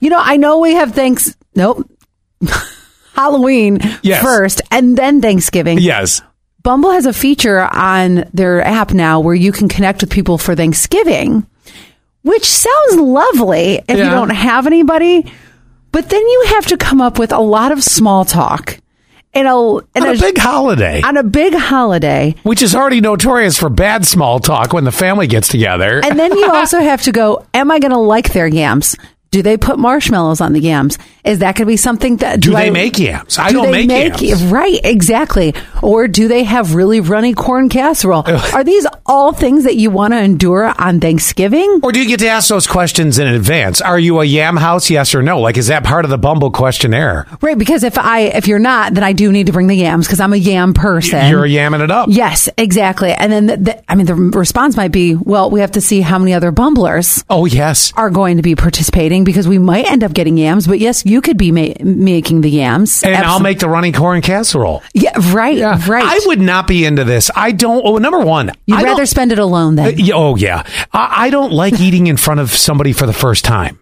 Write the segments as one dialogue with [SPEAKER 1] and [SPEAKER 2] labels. [SPEAKER 1] You know, I know we have thanks. Nope. Halloween
[SPEAKER 2] Yes.
[SPEAKER 1] first and then Thanksgiving.
[SPEAKER 2] Yes.
[SPEAKER 1] Bumble has a feature on their app now where you can connect with people for Thanksgiving, which sounds lovely if you
[SPEAKER 2] Yeah.
[SPEAKER 1] don't have anybody. But then you have to come up with a lot of small talk and a, and
[SPEAKER 2] On a big holiday,
[SPEAKER 1] on a big holiday.
[SPEAKER 2] which is already notorious for bad small talk when the family gets together.
[SPEAKER 1] And then you also have to go, am I going to like their yams? Do they put marshmallows on the yams? Is that going to be something that
[SPEAKER 2] do, they
[SPEAKER 1] I-
[SPEAKER 2] make yams? I don't make, yams.
[SPEAKER 1] right exactly or do they have really runny corn casserole are these all things that you want to endure on thanksgiving
[SPEAKER 2] Or do you get to ask those questions in advance? Are you a yam house? Yes or no? Like, is that part of the Bumble questionnaire?
[SPEAKER 1] right because if i if you're not then i do need to bring the yams because i'm a yam person
[SPEAKER 2] You're yamming it up.
[SPEAKER 1] yes exactly and then the, the, i mean the response might be well we have to see how many other bumblers
[SPEAKER 2] Oh, yes.
[SPEAKER 1] are going to be participating because we might end up getting yams but yes you could be ma- making the yams
[SPEAKER 2] And I'll
[SPEAKER 1] Absol-
[SPEAKER 2] make the running corn casserole.
[SPEAKER 1] yeah right right
[SPEAKER 2] I would not be into this. I don't. Oh, number one,
[SPEAKER 1] you'd
[SPEAKER 2] I don't-
[SPEAKER 1] rather spend it alone then
[SPEAKER 2] Yeah, Oh, yeah. I, I don't like eating in front of somebody for the first time.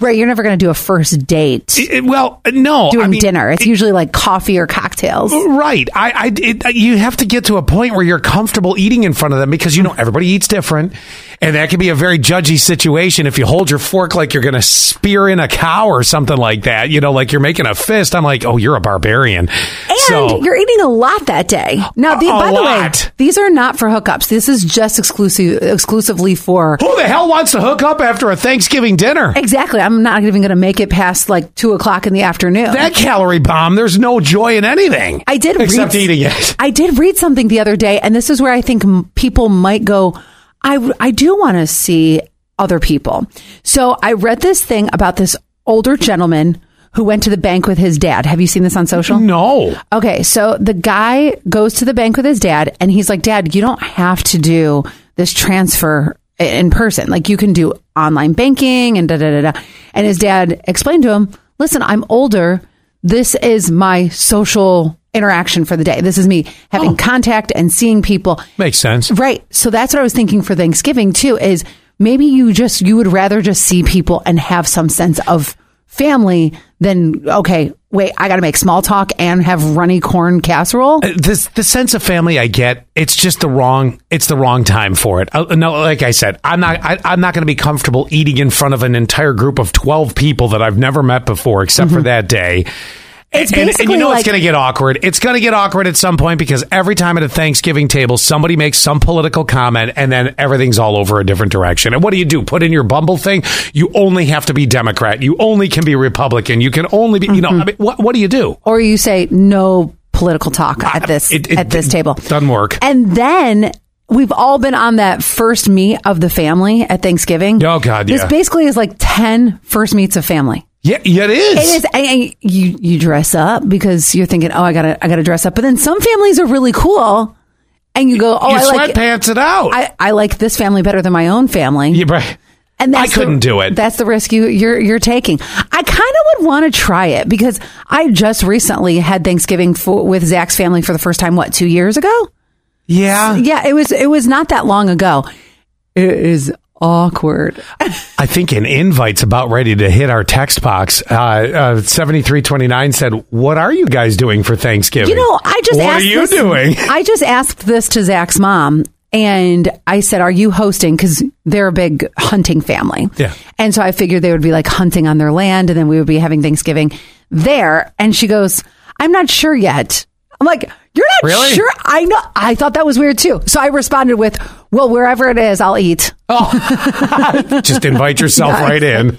[SPEAKER 1] right you're never going to do a first date
[SPEAKER 2] It- it- well, no.
[SPEAKER 1] doing
[SPEAKER 2] I mean,
[SPEAKER 1] dinner. It's usually like coffee or cocktails.
[SPEAKER 2] Oh, Right. I, I it, you have to get to a point where you're comfortable eating in front of them because you know everybody eats different, and that can be a very judgy situation if you hold your fork like you're going to spear in a cow or something like that. You know, like you're making a fist. I'm like, oh, you're a barbarian.
[SPEAKER 1] And
[SPEAKER 2] so
[SPEAKER 1] you're eating a lot that day. Now, the,
[SPEAKER 2] A- a
[SPEAKER 1] by the
[SPEAKER 2] lot.
[SPEAKER 1] way, these are not for hookups. This is just exclusive, exclusively for.
[SPEAKER 2] who the hell wants to hook up after a Thanksgiving dinner?
[SPEAKER 1] Exactly. I'm not even going to make it past like two o'clock in the afternoon.
[SPEAKER 2] That calorie bomb. There's no joy in anything.
[SPEAKER 1] I did
[SPEAKER 2] except
[SPEAKER 1] read,
[SPEAKER 2] eating it.
[SPEAKER 1] I did read something the other day, and this is where I think m- people might go. I I do want to see other people. So I read this thing about this older gentleman who went to the bank with his dad. Have you seen this on social?
[SPEAKER 2] No.
[SPEAKER 1] Okay, so the guy goes to the bank with his dad, and he's like, "Dad, you don't have to do this transfer i- in person. Like, you can do online banking and da da da da." And his dad explained to him, "Listen, I'm older. This is my social interaction for the day. This is me having contact and seeing people."
[SPEAKER 2] Makes sense.
[SPEAKER 1] Right. So that's what I was thinking for Thanksgiving too. Is maybe you just you would rather just see people and have some sense of family than okay, wait, I got to make small talk and have runny corn casserole.
[SPEAKER 2] this the sense of family I get. It's just the wrong. It's the wrong time for it. Uh, no, like I said, I'm not. I, I'm not going to be comfortable eating in front of an entire group of twelve people that I've never met before, except for that day.
[SPEAKER 1] Mm-hmm. It's
[SPEAKER 2] And- and, and,
[SPEAKER 1] basically
[SPEAKER 2] you know
[SPEAKER 1] like-
[SPEAKER 2] it's going to get awkward. It's going to get awkward at some point because every time at a Thanksgiving table, somebody makes some political comment, and then everything's all over a different direction. And what do you do? Put in your Bumble thing. You only have to be Democrat. You only can be Republican. You can only be. You
[SPEAKER 1] Mm-hmm.
[SPEAKER 2] know. I mean, what, what do you do?
[SPEAKER 1] Or you say no political talk at this
[SPEAKER 2] It- it-
[SPEAKER 1] at this
[SPEAKER 2] it
[SPEAKER 1] table.
[SPEAKER 2] doesn't work.
[SPEAKER 1] And then we've all been on that first meet of the family at Thanksgiving.
[SPEAKER 2] Oh, God,
[SPEAKER 1] This
[SPEAKER 2] yeah.
[SPEAKER 1] basically is like 10 first meets of family.
[SPEAKER 2] Yeah, yeah, it is.
[SPEAKER 1] It is, and, and you you dress up because you're thinking, oh, I gotta I gotta dress up. But then some families are really cool, and you go, oh,
[SPEAKER 2] You
[SPEAKER 1] I like
[SPEAKER 2] sweatpants it out.
[SPEAKER 1] I, I like this family better than my own family.
[SPEAKER 2] Yeah, right.
[SPEAKER 1] and
[SPEAKER 2] I couldn't
[SPEAKER 1] the,
[SPEAKER 2] do it.
[SPEAKER 1] That's the risk you you're you're taking. I kind of would want to try it because I just recently had Thanksgiving for, with Zach's family for the first time. What two years ago?
[SPEAKER 2] Yeah.
[SPEAKER 1] Yeah, it was it was not that long ago. It is awkward.
[SPEAKER 2] I think an invite's about ready to hit our text box. Uh, uh, 7329 said, What are you guys doing for Thanksgiving?
[SPEAKER 1] You know, I just
[SPEAKER 2] What
[SPEAKER 1] asked
[SPEAKER 2] are you
[SPEAKER 1] this-
[SPEAKER 2] doing?
[SPEAKER 1] I just asked this to Zach's mom, and I said, "Are you hosting?" Because they're a big hunting family.
[SPEAKER 2] Yeah.
[SPEAKER 1] And so I figured they would be like hunting on their land, and then we would be having Thanksgiving there. And she goes, "I'm not sure yet." I'm like, "You're not
[SPEAKER 2] Really?
[SPEAKER 1] sure?" I know. I thought that was weird too. So I responded with, "Well, wherever it is, I'll eat."
[SPEAKER 2] Just invite yourself right in.